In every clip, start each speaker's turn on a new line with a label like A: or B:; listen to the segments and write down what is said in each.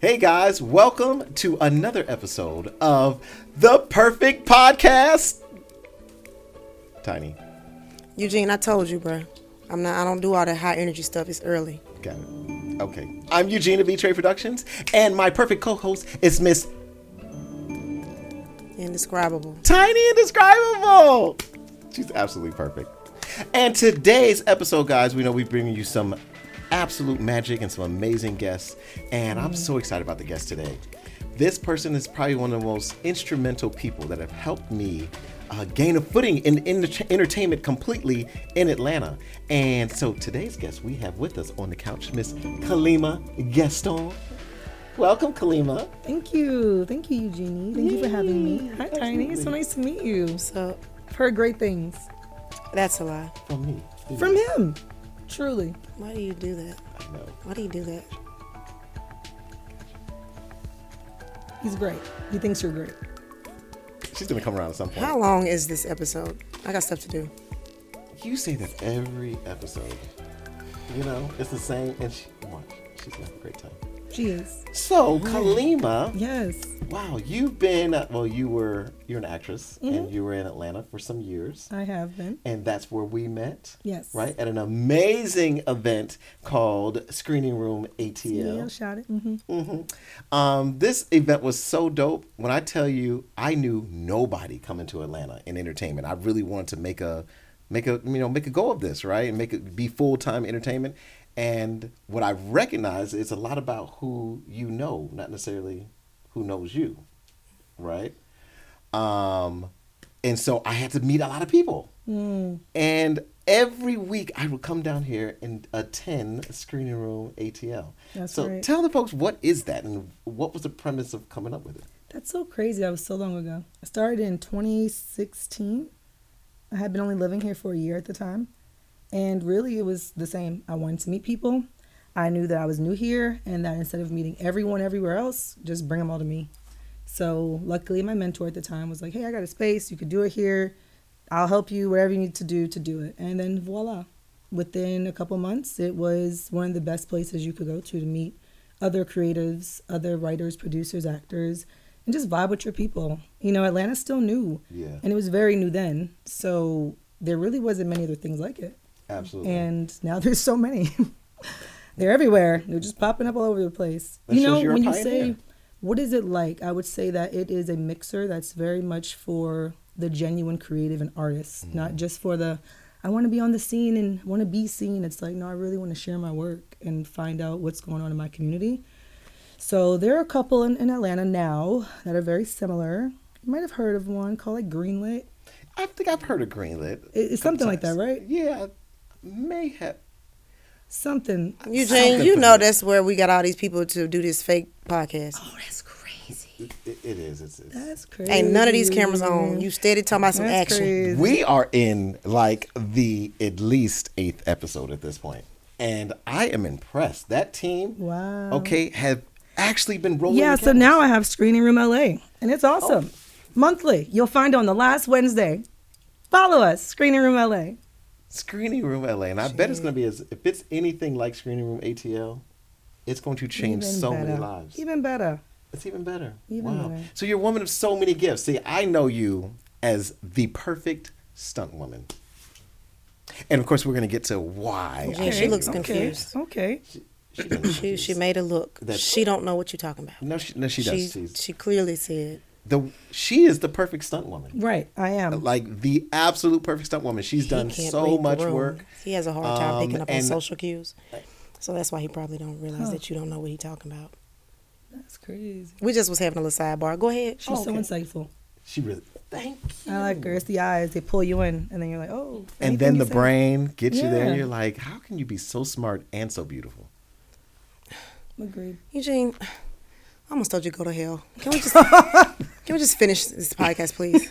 A: Hey guys, welcome to another episode of The Perfect Podcast. Tiny,
B: Eugene, I told you, bro. I'm not. I don't do all that high energy stuff. It's early.
A: got it. Okay. I'm Eugene of B Trade Productions, and my perfect co host is Miss
B: Indescribable.
A: Tiny Indescribable. She's absolutely perfect. And today's episode, guys, we know we're bringing you some absolute magic and some amazing guests. And I'm so excited about the guest today. This person is probably one of the most instrumental people that have helped me uh, gain a footing in, in entertainment completely in Atlanta. And so today's guest we have with us on the couch, Miss Kalima Gaston. Welcome, Kalima.
C: Thank you. Thank you, Eugenie. Thank you for having me. Hi, Tiny. It's so nice to meet you.
B: So
C: I've heard great things
B: that's a lie.
A: From me.
C: from him. Truly.
B: Why do you do that?
A: I know.
B: Why do you do that?
C: He's great. He thinks you're great.
A: She's gonna come around at some point.
B: How long is this episode? I got stuff to do.
A: You say that every episode. You know, it's the same. And she, come on, she's gonna have a great time.
C: She is.
A: So, Kalima,
C: Yes.
A: wow, you've been uh, well. You were you're an actress, and you were in Atlanta for some years,
C: I have been.
A: and that's where we met.
C: Yes.
A: right at an amazing event called Screening Room
C: Yeah.
A: ATL.
C: shot it. hmm
A: Um, this event was so dope. When I tell you, I knew nobody coming to Atlanta in entertainment. I really wanted to make a make a you know make a go of this right and make it be full time entertainment. And what I recognize is a lot about who you know, not necessarily who knows you, right? Um, and so I had to meet a lot of people.
C: Hmm.
A: And every week I would come down here and attend Screening Room ATL.
C: That's
A: so
C: right.
A: tell the folks what is that and what was the premise of coming up with it?
C: That's so crazy. That was so long ago. I started in 2016. I had been only living here for a year at the time. And really, it was the same. I wanted to meet people. I knew that I was new here and that instead of meeting everyone everywhere else, just bring them all to me. So, luckily, my mentor at the time was like, Hey, I got a space. You could do it here. I'll help you, whatever you need to do to do it. And then voila. Within a couple months, it was one of the best places you could go to to meet other creatives, other writers, producers, actors, and just vibe with your people. You know, Atlanta's still new.
A: Yeah.
C: And it was very new then. So, there really wasn't many other things like it
A: Absolutely.
C: and now there's so many. They're everywhere. They're just popping up all over the place.
A: That
C: you
A: shows
C: know,
A: you're a
C: when you
A: pioneer.
C: say what is it like, I would say that it is a mixer that's very much for the genuine creative and artists,
A: Mm-hmm.
C: not just for the I want to be on the scene and want to be seen. It's like, no, I really want to share my work and find out what's going on in my community. So there are a couple in, in Atlanta now that are very similar. You might have heard of one called like Greenlit.
A: I think I've heard of Greenlit.
C: It- it's
A: a couple
C: something like that,
A: times.
C: right?
A: Yeah. I May have
C: Something.
B: Eugene,
A: Something
B: you
A: for
B: know
A: me.
B: that's where we got all these people to do this fake podcast.
C: Oh, that's crazy.
A: it, it is. It's, it's
C: That's crazy.
B: Ain't none of these cameras on. You steady talking about some
C: That's
B: action.
C: crazy.
A: We are in like the at least eighth episode at this point, and I am impressed. That team,
C: Wow.
A: okay, have actually been rolling.
C: Yeah,
A: the
C: so
A: cameras.
C: now I have Screening Room LA, and
A: Oh.
C: it's awesome. Monthly, you'll find on the last Wednesday. Follow us, Screening Room LA.
A: Screening Room LA, and I bet it's going to be as if it's anything like Screening Room ATL, it's going to change
C: Even
A: so many
C: better.
A: lives.
C: Even better.
A: it's even better.
C: Even
A: wow.
C: better.
A: So you're a woman of so many gifts. See, I know you as the perfect stunt woman. And of course, we're going to get to why. I
B: Yeah, she
A: know
B: looks
A: you.
C: Okay.
B: confused.
C: Okay.
A: She doesn't look
B: She, she
A: confused.
B: made a look.
A: That's-
B: she don't know what you're talking about.
A: No, she, no, she does. She's-
B: she clearly said.
A: the she is the perfect stunt woman.
C: Right, I am.
A: Like the absolute perfect stunt woman. She's
B: He
A: done
B: can't
A: so
B: read the
A: much
B: room.
A: work.
B: He has a hard time
A: Um,
B: picking up on
A: and-
B: social cues, so that's why he probably don't realize that you don't know what he's talking about.
C: That's crazy.
B: We just was having a little sidebar. Go ahead.
C: She's
A: Okay.
C: so insightful.
A: She really thank you.
C: I like her. It's the eyes. They pull you in, and then you're like, oh.
A: and
C: anything
A: then
C: Oh, you
A: the
C: say.
A: brain gets you there and
C: Yeah.
A: you're like, how can you be so smart and so beautiful?
C: Agreed.
B: Eugene, I almost told you to go to hell. Can we just can we just finish this podcast, please?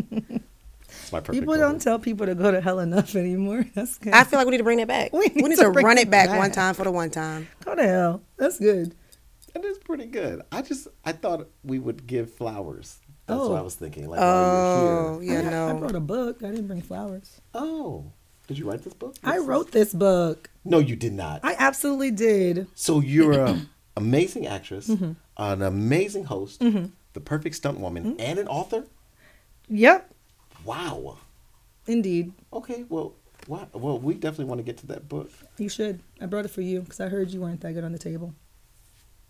A: It's my perfect.
C: People
A: woman.
C: don't tell people to go to hell enough anymore. That's good.
B: I feel like we need to bring that back. We need, to,
C: bring
B: run
C: it
B: it back, one
C: back.
B: time for the one time.
C: go to hell. That's good.
A: that is pretty good. I just I thought we would give flowers. That's what I
C: Oh.
A: was thinking. Like while
B: Oh,
A: you were here.
B: yeah,
C: I, I
B: no.
C: brought a book. I didn't bring flowers.
A: Oh. Did you write this book?
C: I
A: This is-
C: wrote this book.
A: No, you did not.
C: I absolutely did.
A: so you're a amazing actress,
C: Mm-hmm.
A: an amazing host, the perfect stunt woman,
C: Mm-hmm.
A: and an author.
C: Yep,
A: Wow.
C: indeed.
A: Okay. Well. Wow. Well, we definitely want to get to that book.
C: You should. I brought it for you because I heard you weren't that good on the table.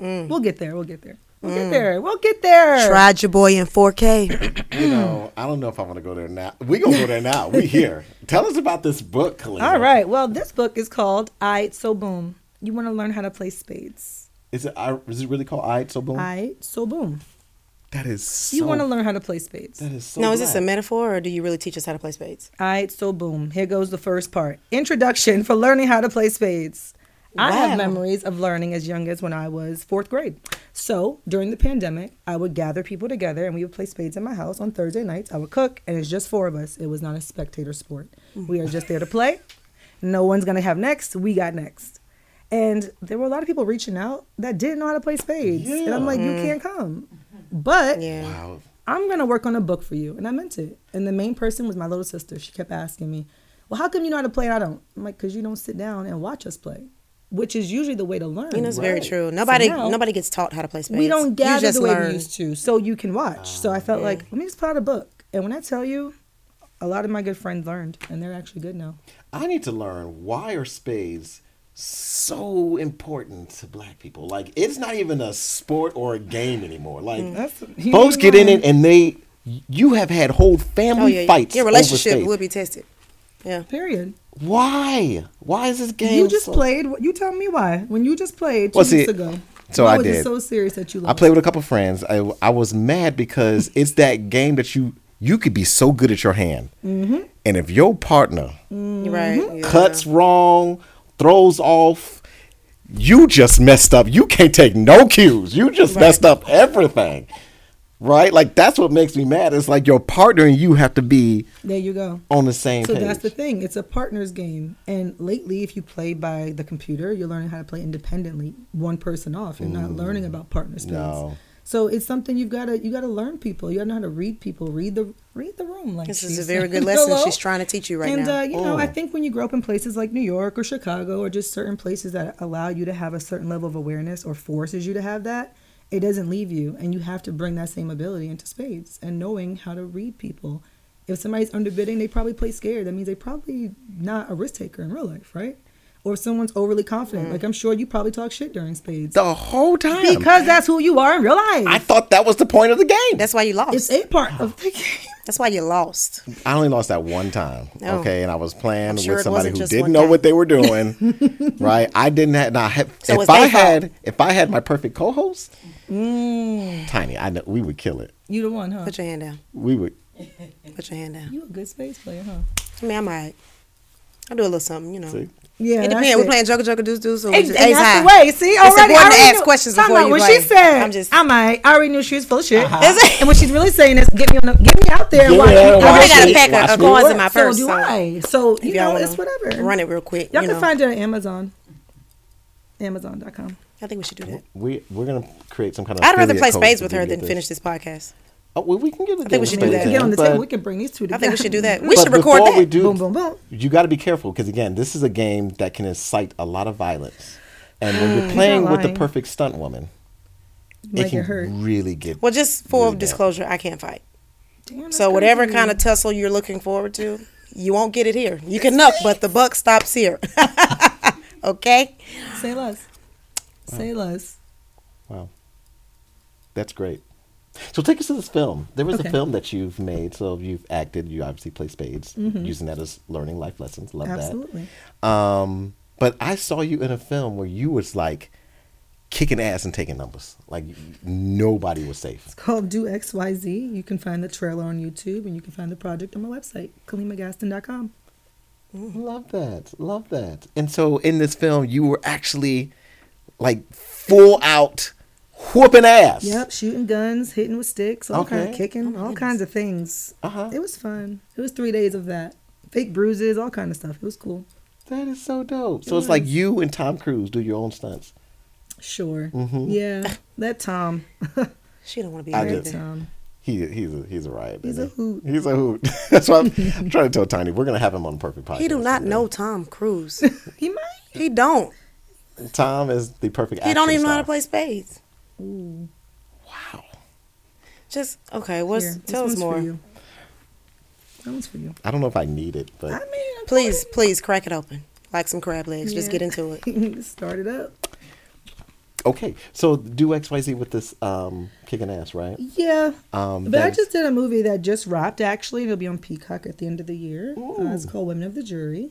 A: Mm.
C: We'll get there. We'll get there. We'll get there. We'll get there.
B: Tried your boy in 4K.
A: You know,
C: Hmm.
A: I don't know if I want to go there now. We gonna go there now. We here. Tell us about this book, Kalina.
C: All right. Well, this book is called I So Boom. You want to learn how to play spades.
A: Is it? I- Is it really called "I So Boom"?
C: I So Boom.
A: that is. Oh. So,
C: You want to learn how to play spades.
A: That is so.
B: now, is this a
A: black.
B: metaphor or do you really teach us how to play spades?
C: Alright, so boom. Here goes the first part. Introduction for learning how to play spades. I
B: Wow.
C: have memories of learning as young as when I was fourth grade. So during the pandemic, I would gather people together and we would play spades in my house on Thursday nights. I would cook, and it's just four of us. It was not a spectator sport.
B: Mm.
C: We are just there to play. No one's gonna have next. We got next. And there were a lot of people reaching out that didn't know how to play spades. And I'm
A: Yeah.
C: like, you can't come. But
B: Yeah.
A: Wow.
C: I'm gonna work on a book for you. And I meant it. And the main person was my little sister. She kept asking me, Well, how come you know how to play and I don't? I'm like, Cause you don't sit down and watch us play, which is usually the way to learn.
B: You know, it's very
A: Right.
B: true. Nobody
C: now-
B: nobody gets taught how to play spades.
C: we don't
B: You
C: gather
B: just
C: the way
B: learn.
C: we used to, so you can watch. So I felt like, let me just put out a book. And when I tell you, a lot of my good friends learned and they're actually good now.
A: I need to learn why are spades so important to black people? Like it's not even a sport or a game anymore. Like
C: Hmm. That's-
A: folks get in it and they you have had whole family
B: Oh, yeah.
A: fights.
B: Your
A: over
B: relationship
A: spades.
B: will be tested. Yeah.
C: Period.
A: Why? Why is this game?
C: You just
A: so-
C: played. You tell me why. When you just played two
A: Well, see,
C: weeks ago,
A: so
C: why
A: I
C: was it
A: did.
C: so serious that you lost?
A: I played with a couple friends. I I was mad because it's that game that you you could be so good at your hand, and if your partner
B: You're
C: Mm-hmm.
B: Right. yeah.
A: cuts wrong, throws off. You just messed up. You can't take no cues. You just messed up everything. Right? Like that's what makes me mad. It's like your partner and you have to be
C: There you go.
A: on the same
C: So
A: page.
C: that's the thing. It's a partner's game. And lately, if you play by the computer, you're learning how to play independently, one person off. You're not learning about partner spades.
A: no.
C: So it's something you've got to you got to learn people. You got to know how to read people, read the read the room. Like
B: This
C: she
B: is a very
C: said.
B: good lesson
C: Hello?
B: she's trying to teach you right
C: and,
B: now.
C: uh, you know, I think when you grow up in places like New York or Chicago or just certain places that allow you to have a certain level of awareness or forces you to have that, it doesn't leave you. And you have to bring that same ability into spades and knowing how to read people. If somebody's underbidding, they probably play scared. That means they probably not a risk taker in real life, right? Or if someone's overly confident, like I'm sure you probably talk shit during spades.
A: The whole time.
C: Because that's who you are in real life.
A: I thought that was the point of the game.
B: That's why you lost.
C: it's a part of the game.
B: That's why you lost.
A: I only lost that one time.
B: Oh.
A: Okay. And I was playing
B: I'm sure
A: with
B: it
A: somebody
B: wasn't
A: who
B: just
A: didn't
B: one
A: know
B: time.
A: what they were doing. right. I didn't have, now, had-
B: So
A: if
B: it's
A: I
B: their fault.
A: had, if I had my perfect co-host,
B: Mm.
A: Tiny, I know we would kill it.
C: You the one, huh?
B: Put your hand down.
A: We would,
B: Put your hand down.
C: You a good spades player, huh?
B: I mean, I might. I do a little something, you know.
A: see.
C: Yeah,
B: it
C: that's
B: depends. We're
C: it.
B: playing Joker Joker Deuce Deuce. Or
C: And,
B: just
C: and
B: Ace
C: that's the
B: High.
C: way. See,
B: It's
C: already I
B: important to
C: already
B: ask
C: knew-
B: questions
C: Talking
B: before
C: about
B: you
C: when
B: play.
C: she said,
B: I'm just- Uh-huh.
C: I might. I already knew she was full of shit.
B: Is it?
C: And what she's really saying is, get me on, the, get me out there. and
A: Yeah,
C: watch me.
A: I
B: I already
A: Watch
B: got
A: me- watch
B: a pack of, of
A: me
B: coins
A: work.
B: in my
C: So
B: purse.
C: do I. So you
B: if y'all
C: know,
B: wanna
C: it's whatever.
B: Run it real quick.
C: Y'all
B: you
C: can
B: know.
C: find it on Amazon. Amazon.com.
B: I think we should do that.
A: We we're gonna create some kind of.
B: I'd rather
A: affiliate
B: play
A: code
B: spades
A: so
B: with
A: we
B: her
A: can
B: than
A: get
B: finish this podcast.
A: Oh, well, we can get. I
B: think we should do
C: We
B: that.
C: can get on the
A: but,
C: table. We can bring these two
B: I
C: together.
B: think we should do that. We
A: but
B: should record
A: before
B: that.
A: We do,
C: Boom, boom, boom.
A: You got to be careful because again, this is a game that can incite a lot of violence, and when you're playing with the
C: lying.
A: perfect stunt woman,
C: Might
A: it can
C: get hurt.
A: really get.
B: Well, just full
A: Really bad.
B: disclosure, I can't fight.
C: Damn, that's
B: So whatever
C: crazy.
B: kind of tussle you're looking forward to, you won't get it here. You can up, but the buck stops here. okay.
C: say less. Say less.
A: wow, that's great. So take us to this film. There was
C: Okay.
A: a film that you've made. So you've acted. You obviously play spades, using that as learning life lessons. Love that.
C: Absolutely.
A: Um, but I saw you in a film where you was like kicking ass and taking numbers. Like nobody was safe.
C: called Do XYZ. You can find the trailer on YouTube and you can find the project on my website, kalimagaston.com.
A: Love that. Love that. And so in this film, you were actually like full out whooping ass.
C: Yep, shooting guns, hitting with sticks, all kind of
A: Okay.
B: Oh,
C: kicking, all kinds of things.
A: Uh-huh.
C: It was fun. It was three days of that. Fake bruises, all kind of stuff. It was cool.
A: That is so dope. So it's like you and Tom Cruise do your own stunts.
C: Sure. Yeah. That Tom.
B: She don't want to
A: Mm-hmm.
B: be
A: I
B: here.
A: did.
C: That
B: either.
C: Tom.
A: He he's a he's a riot.
C: He's
A: baby.
C: a hoot.
A: He's a hoot. That's why I'm, I'm trying to tell Tiny we're gonna have him on Perfect Podcast.
B: He do not
A: someday.
B: know Tom Cruise.
C: He might.
B: he don't.
A: Tom is the perfect.
B: He don't
A: action
B: even know how to
A: star.
B: play spades.
C: Ooh,
A: Wow.
B: Just okay. What's
C: here,
B: tell us
C: this one's
B: more,
C: For you. That one's for you.
A: I don't know if I need it, but
C: I mean, I'm
B: please. Please crack it open like some crab legs. Just
C: Yeah.
B: get into it.
C: sorry. Start it up.
A: okay. So do X Y Z with this um kicking ass, right?
C: Yeah.
A: Um,
C: but I
A: that's-
C: just did a movie that just wrapped, actually. It'll be on Peacock at the end of the year. Uh, it's
A: Ooh.
C: called Women of the Jury.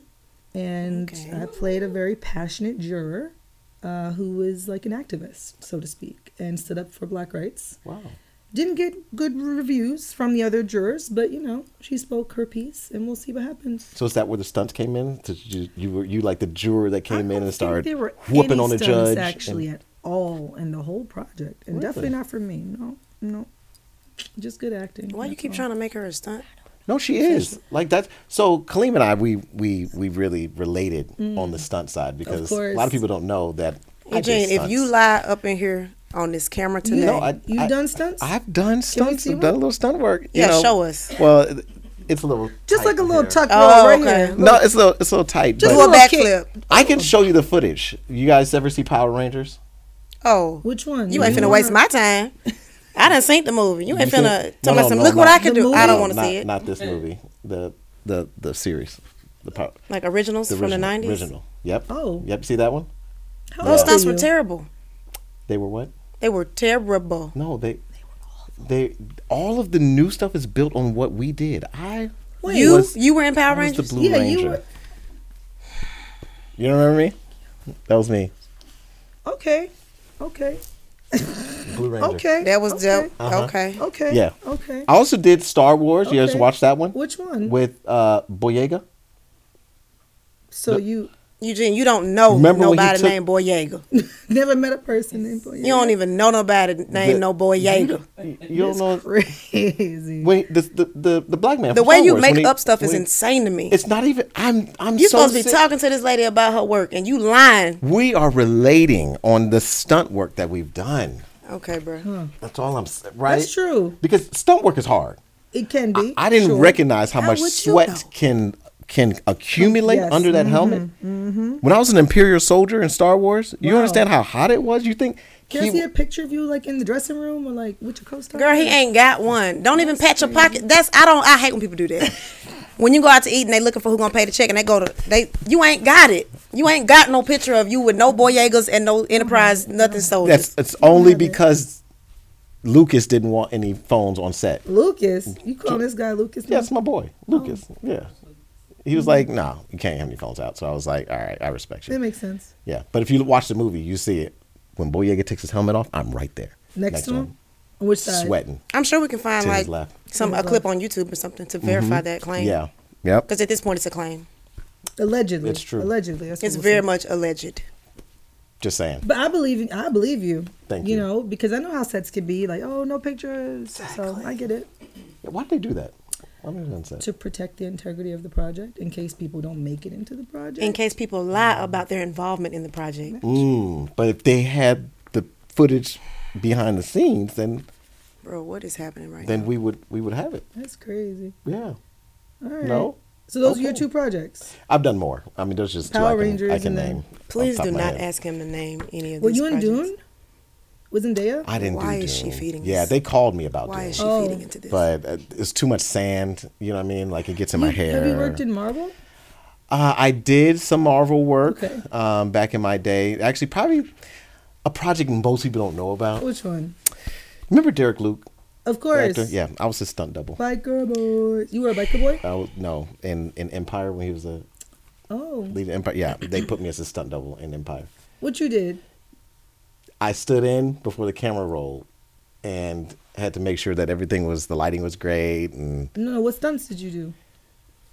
C: And
B: Okay.
C: I played a very passionate juror uh, who was like an activist, so to speak, and stood up for black rights.
A: Wow.
C: Didn't get good reviews from the other jurors, but you know, she spoke her piece, and we'll see what happens.
A: So is that where the stunts came in? Did you you were you like the juror that
C: I
A: came
C: don't
A: in and
C: think
A: started
C: there were
A: whooping
C: any
A: on the
C: stunts
A: judge? and-
C: actually at all in the whole project, and
A: Really?
C: definitely not for me. No, no, just good acting.
B: Why you
C: that's
B: keep
C: all.
B: trying to make her a stunt?
A: No, she is like that. So Kaleem and I, we we we really related on the stunt side because a lot
C: Mm. course.
A: of people don't know that. I did
B: Eugene, if
A: stunts.
B: you lie up in here on this camera today,
A: No, I-
C: You've done stunts?
A: I've done stunts.
C: see
A: I've done a
C: one?
A: little stunt work. you
B: Yeah,
A: know.
B: show us.
A: Well, it- it's a little
C: Just
A: tight
C: like a
A: in
C: little
A: here.
C: tuck roll
B: Oh,
C: right
B: okay.
C: here.
A: No, it's a little it's a little tight.
C: Just
A: but
C: a
B: do a
C: little
B: backflip.
A: I can show you the footage. You guys ever see Power Rangers?
B: Oh,
C: Which one?
B: you ain't finna waste my time. I done seen the movie. You ain't
A: You seen
B: finna
A: it?
B: tell
A: No,
B: me
A: no,
B: some.
A: no,
B: Look what
A: not-
B: I can
C: The
B: do. I don't
C: movie.
B: want to
A: not,
B: see it.
A: Not this movie. The the the series. The power.
B: Like originals
A: The
B: from the
A: original,
B: nineties.
A: Original. Yep.
C: Oh.
A: Yep. See that one?
C: How
B: Those
C: old
B: stunts
C: are
B: were
C: you?
B: terrible.
A: They were what?
B: They were terrible.
A: No, they. They all of the new stuff is built on what we did. I
C: Wait,
B: you
A: was-
B: you were in Power
A: was the
B: Rangers.
A: Blue
C: Yeah,
A: Ranger.
C: you
A: You,
C: were-
A: don't remember me? That was me.
C: Okay. Okay.
A: Blue Ranger.
C: Okay.
B: that was
C: okay.
B: dope.
A: Uh-huh.
B: Okay.
C: Okay.
A: Yeah.
C: Okay.
A: I also did Star Wars. You guys
C: Okay.
A: watched that one?
C: Which one?
A: With uh, Boyega.
C: so you
B: Eugene, you don't know
A: Remember when you
B: nobody
A: took-
B: named Boyega.
C: never met a person named Boyega.
B: You don't even know nobody named
A: The-
B: no Boyega.
A: You don't
C: That's
A: know
C: Crazy.
A: when the the the, the black man.
B: The
A: from
B: way
A: Star
B: you
A: Wars,
B: make
A: when he-
B: up stuff is
A: when-
B: insane to me.
A: It's not even. I'm I'm
B: You're
A: so
B: supposed to be
A: sick.
B: talking to this lady about her work and you lying.
A: We are relating on the stunt work that we've done.
B: Okay, bro.
A: That's all I'm s- right.
C: That's true.
A: Because stunt work is hard.
C: It can be.
A: I didn't
C: sure.
A: recognize how,
B: How
A: much
B: would you
A: sweat
B: know? Mm-hmm.
A: can can accumulate
C: Yes,
A: under that helmet. When I was an Imperial soldier in Star Wars, you
C: Wow.
A: understand how hot it was. You think
C: Can I
A: he-
C: see a picture of you like in the dressing room or like with your co-star?
B: Girl, he ain't got one. Don't even pat your pocket. That's I don't. I hate when people do that. When you go out to eat and they looking for who gonna pay the check and they go to they, you ain't got it. You ain't got no picture of you with no boyegas and no enterprise, nothing soldiers.
A: that's it's only because Lucas didn't want any phones on set.
C: Mm-hmm. Lucas.
A: Mm.
C: You call this guy Lucas? now?
A: Yeah, it's my boy, Lucas.
C: Oh.
A: Yeah. He was like, "No, you can't have any phones out." So I was like, "All right, I respect you."
C: Mm-hmm. That makes sense.
A: Yeah, but if you watch the movie, you see it. When Boyega takes his helmet off, I'm right there
C: Next, to him. On which side?
A: sweating.
B: I'm sure we can find
A: To his
B: like
A: left.
B: some
C: To
B: a
C: his
B: clip on YouTube or something to verify that claim.
A: Mm-hmm. Yeah, yep.
B: because at this point it's a claim.
C: Allegedly.
A: It's true.
C: Allegedly. That's what
B: It's
C: we'll
B: very
C: say.
B: much alleged.
A: Just saying.
C: But I believe in- I believe you.
A: Thank you.
C: You know because I know how sets can be like oh no pictures. So I get it
A: Why'd they do that? Why did they do that?
C: to protect the integrity of the project in case people don't make it into the project.
B: In case people lie about their involvement in the project,
A: Mm, but if they had the footage behind the scenes, then
B: bro, what is happening right
A: then
B: now?
A: we would we would have it.
C: That's crazy.
A: Yeah.
C: All right.
A: No? Oh,
C: So those are your
A: Okay.
C: two projects.
A: I've done more. I mean, there's just two
C: Power
A: I can,
C: Rangers
A: I can
C: and then-
A: name. off
B: Please
A: the top
B: do
A: of my
B: not
A: head.
B: ask him to name any of.
C: Were
B: these
C: you in
B: projects.
C: Dune? Wasn't there?
A: I didn't.
B: Why
A: do
B: is she
A: Dune.
B: feeding
A: Yeah,
B: us?
A: they called me about
B: Why
A: Dune,
B: is she
C: Oh.
B: feeding into this?
A: but uh, it's too much sand. You know what I mean? Like it gets in my hair.
C: Have you worked in Marvel?
A: Uh, I did some Marvel work
C: Okay.
A: um, back in my day. Actually, probably a project most people don't know about.
C: Which one?
A: Remember Derek Luke?
C: Of
A: the
C: course.
A: actor? Yeah, I was his stunt double.
C: Biker boy. You were a biker boy.
A: Oh no, in in Empire when he was a
C: Oh.
A: lead in Empire. Yeah, they put me as a stunt double in Empire.
C: What you did?
A: I stood in before the camera rolled and had to make sure that everything was the lighting was great and
C: No, no. What stunts did you do?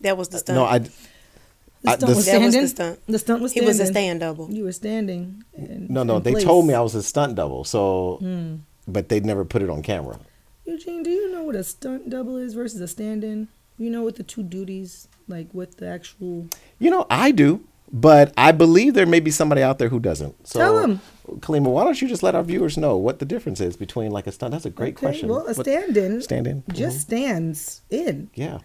B: that was the stunt.
A: uh, no, I I- Uh, the-
B: That was the
C: standing?
B: stunt.
C: The stunt was
B: he
C: standing.
B: was a stand double.
C: You were standing. In,
A: no no
C: in
A: they
C: place. Hmm.
A: told me I was a stunt double so but they never put it on camera.
C: Eugene, do you know what a stunt double is versus a stand-in? You know what the two duties, like what the actual.
A: You know I do, but I believe there may be somebody out there who doesn't. So
C: Tell 'em.
A: Kalima, why don't you just let our viewers know what the difference is between like a stunt? That's a great
C: Okay,
A: question.
C: Well, a
A: What-
C: stand-in.
A: stand-in, Mm-hmm.
C: Just stands in
A: yeah.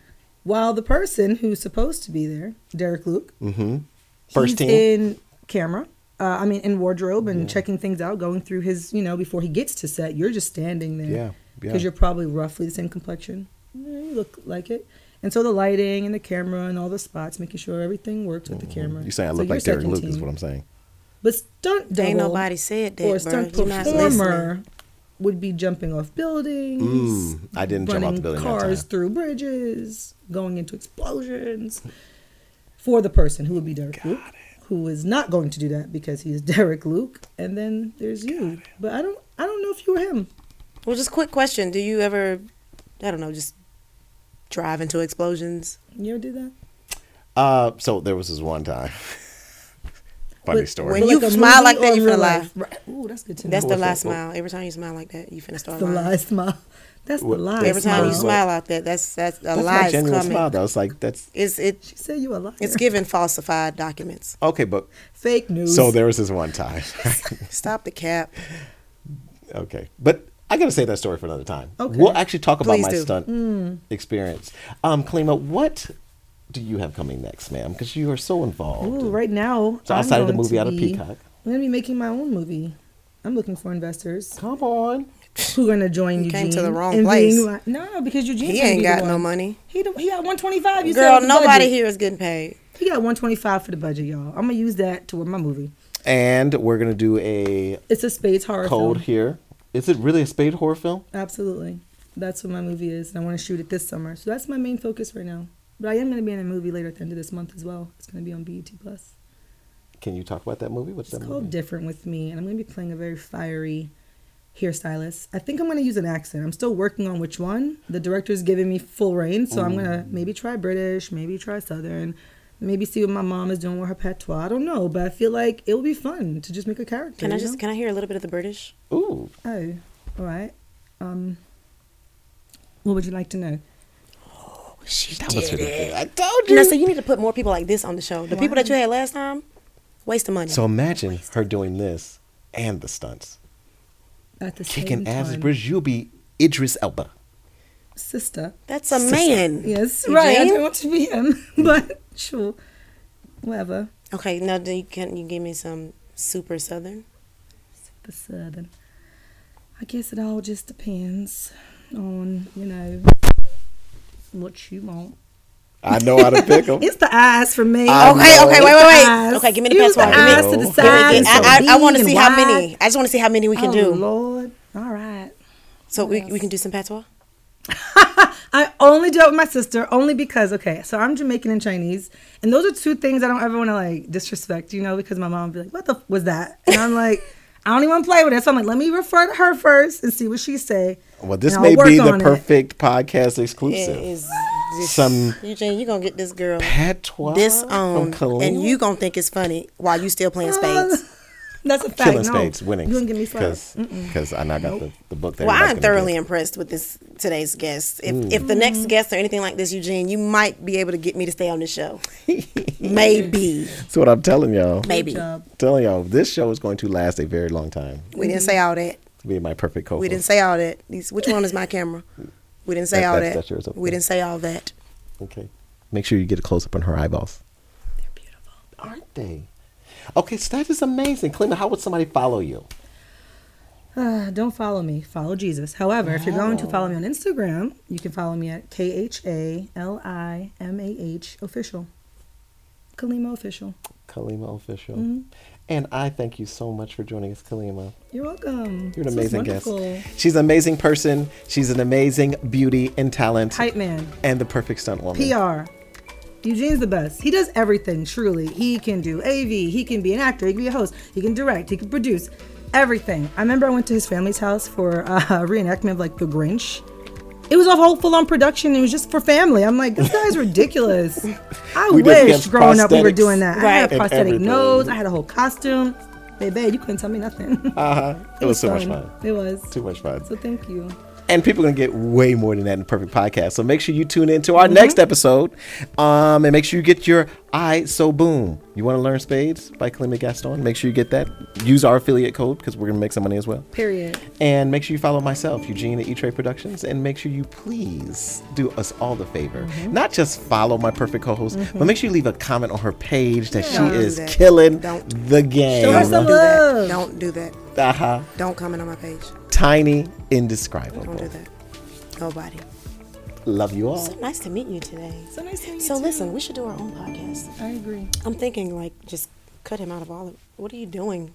C: while the person who's supposed to be there, Derek Luke,
A: Mm-hmm. First
C: he's
A: team.
C: in camera. uh, I mean, in wardrobe and checking things out, going through his, you know, before he gets to set, you're just standing there.
A: Yeah, yeah.
C: Because you're probably roughly the same complexion. Yeah, you look like it. And so the lighting and the camera and all the spots, making sure everything works with the camera.
A: Mm-hmm. You saying I
C: So
A: look
C: you're
A: like Derek
C: second
A: Luke is
C: team.
A: what I'm saying.
C: But stunt double
B: Ain't nobody said that,
C: or
B: bro.
C: a stunt
B: You not
C: performer would be jumping off buildings.
A: Mm, I didn't jump off the
C: running
A: building that
C: Cars
A: time.
C: through bridges, going into explosions. For the person who would be Derek Luke, who is not going to do that because he is Derek Luke, and then there's you. But I don't, I don't know if you were him.
B: Well, just quick question: Do you ever, I don't know, just drive into explosions?
C: You ever did that?
A: Uh, so there was this one time. Funny
C: But
A: story.
B: when
C: But
B: you
C: a
B: smile like
C: movie
B: that,
C: or
B: you finna
C: real
B: lie.
C: life? Right. Ooh, that's good to know.
B: That's the
A: What's
B: lie
A: that?
B: smile. Every time you smile like that, you finna start
C: the
B: lying.
C: lie smile. That's the
A: What-
C: lie.
B: Every time you
A: Smile.
C: smile.
B: smile out that, that's that's a
A: That's
B: lie
A: my
B: is
A: genuine
B: coming.
A: smile. That was like that's
B: It's it.
C: She said you a liar.
B: It's giving falsified documents.
A: okay, but
C: fake news.
A: so there was this one time.
B: Stop the cap.
A: okay, but I gotta save that story for another time.
C: Okay. Hmm.
A: We'll actually talk about
B: Please
A: my
B: do.
A: stunt experience. Um, Kalima, what do you have coming next, ma'am? Because you are so involved.
C: Ooh, right now.
A: So outside of the
C: going
A: movie
C: to
A: out of
C: be-
A: Peacock.
C: I'm gonna be making my own movie. I'm looking for investors
A: Come on.
C: who are gonna join
B: You
C: Eugene.
B: came to the wrong
C: in
B: place.
C: being li- no, because Eugene
B: He
C: gonna
B: ain't
C: be the
B: got
C: one.
B: no money.
C: He don't, he got 125. You
B: Girl,
C: said the
B: nobody
C: budget.
B: here is getting paid.
C: He got 125 for the budget, y'all. I'm gonna use that toward my movie.
A: And we're gonna do a
C: It's a spades horror
A: code
C: film.
A: here. Is it really a spade horror film?
C: Absolutely, that's what my movie is, and I want to shoot it this summer. So that's my main focus right now. But I am gonna be in a movie later at the end of this month as well. It's gonna be on BET Plus.
A: Can you talk about that movie? What's
C: It's
A: that
C: called
A: movie?
C: Different with Me, and I'm going to be playing a very fiery hairstylist. I think I'm going to use an accent. I'm still working on which one. The director's giving me full reign, so I'm going
A: Mm.
C: to maybe try British, maybe try Southern, maybe see what my mom is doing with her patois. I don't know, but I feel like it will be fun to just make a character.
B: Can I
C: you
B: just
C: know?
B: can I hear a little bit of the British?
A: Ooh,
C: Oh, all right. Um, what would you like to know?
B: She
A: that was ridiculous. I told
B: And
A: you.
B: I said Oh, you need to put more people like this on the show. The people that you had last time, waste of money.
A: So imagine her doing this and the stunts.
C: At the same
A: Kicking ass as
C: time.
A: British, you'll be Idris Elba.
C: Sister.
B: That's a man.
C: Yes,
B: Eugene?
C: right. I don't want to be him, but sure. Whatever.
B: Okay, now do you, can you give me some super southern?
C: the southern. I guess it all just depends on, you know, what you want.
A: I know how to pick him.
C: It's the eyes for me.
A: I
B: Okay,
A: know.
B: okay, wait,
C: It's the
B: wait,
C: eyes.
B: wait. Okay, give me the
C: Use
B: patois.
C: The
A: I
B: Give
C: eyes
B: me,
A: know.
C: to the
A: Give me-
C: side.
A: give
B: I,
A: me-
B: I, I
C: big
B: want to see
C: and
B: how
C: wide.
B: many. I just want to see how many we can
C: oh,
B: do.
C: Lord. All right.
B: So we, we can do some patois.
C: I only do it with my sister only because okay, so I'm Jamaican and Chinese, and those are two things I don't ever want to like disrespect, you know, because my mom would be like, "What the f- was that?" And I'm like, "I don't even want to play with it." So I'm like, "Let me refer to her first and see what she say."
A: Well, this
C: and
A: may
C: I'll work
A: be the
C: on it."
A: perfect podcast
B: It
A: exclusive.
B: is just,
A: Some
B: Eugene, you gonna get this girl
A: patois from
B: disowned,
A: Kalima.
B: and you gonna think it's funny while you still playing spades.
C: That's a fact.
A: killing
C: no.
A: spades, winning.
C: You gonna give me slack?
A: because I now got the, the book that.
B: Well,
A: everybody's
B: I'm
A: gonna
B: thoroughly
A: get.
B: impressed with this today's guest. If if the next guest or anything like this, Eugene, you might be able to get me to stay on the show. Maybe,
A: That's what I'm telling y'all.
B: maybe.
C: job.
A: Telling y'all, this show is going to last a very long time.
B: We didn't say all that.
A: To be my perfect co-host.
B: We didn't say all that. These, which one is my camera? We didn't say
A: That-
B: all
A: that's-
B: that.
A: that's yours up
B: we
A: there.
B: didn't say all that.
A: Okay. Make sure you get a close up on her eyeballs. They're beautiful, aren't they? Okay, so that is amazing, Kalima. How would somebody follow you?
C: Uh, don't follow me. Follow Jesus. However, if you're going to follow me on Instagram, you can follow me at K H A L I M A H official. Kalima official.
A: Kalima official.
C: Mm-hmm.
A: And I thank you so much for joining us, Kalima.
C: You're welcome.
A: You're an
C: This was
A: amazing guest.
C: wonderful.
A: She's an amazing person. She's an amazing beauty and talent.
C: Hype man.
A: And the perfect stunt woman.
C: PR. Eugene's the best. He does everything, truly. He can do AV, he can be an actor, he can be a host, he can direct, he can produce, everything. I remember I went to his family's house for uh, a reenactment of like The Grinch. It was a whole full on production, it was just for family. I'm like, this guy's ridiculous. I
A: We didn't
C: wish
A: have
C: growing up we were
A: prosthetics
C: doing that. I had a
A: and
C: prosthetic
A: everything.
C: nose, I had a whole costume. Baby, you couldn't tell me nothing.
A: Uh-huh. It, was, so much
C: fun.
A: fun.
C: It was.
A: Too much fun.
C: So thank you.
A: and people are gonna get way
C: Mm-hmm.
A: more than that in the perfect podcast so make sure you tune in to our next episode um, and make sure you get your All right, so boom. You want to learn spades by Clement Gaston? Make sure you get that. Use our affiliate code because we're going to make some money as well.
C: Period.
A: And make sure you follow myself, Eugene at E Trade Productions, and make sure you please do us all the favor. Not just follow my perfect co host, but make sure you leave a comment on her page that
B: Don't
A: she
B: do
A: is
B: that.
A: killing
B: Don't.
A: the game.
C: Show her
B: Don't,
C: some
B: do that.
C: love.
B: Don't do that.
A: Uh-huh.
B: Don't comment on my page.
A: Tiny,
B: Don't do
A: indescribable.
B: that. Nobody.
A: Love you all.
B: So nice to meet you today.
C: So nice to meet you
B: So
C: too.
B: listen, we should do our own podcast.
C: I agree.
B: I'm thinking like just cut him out of all of. What are you doing?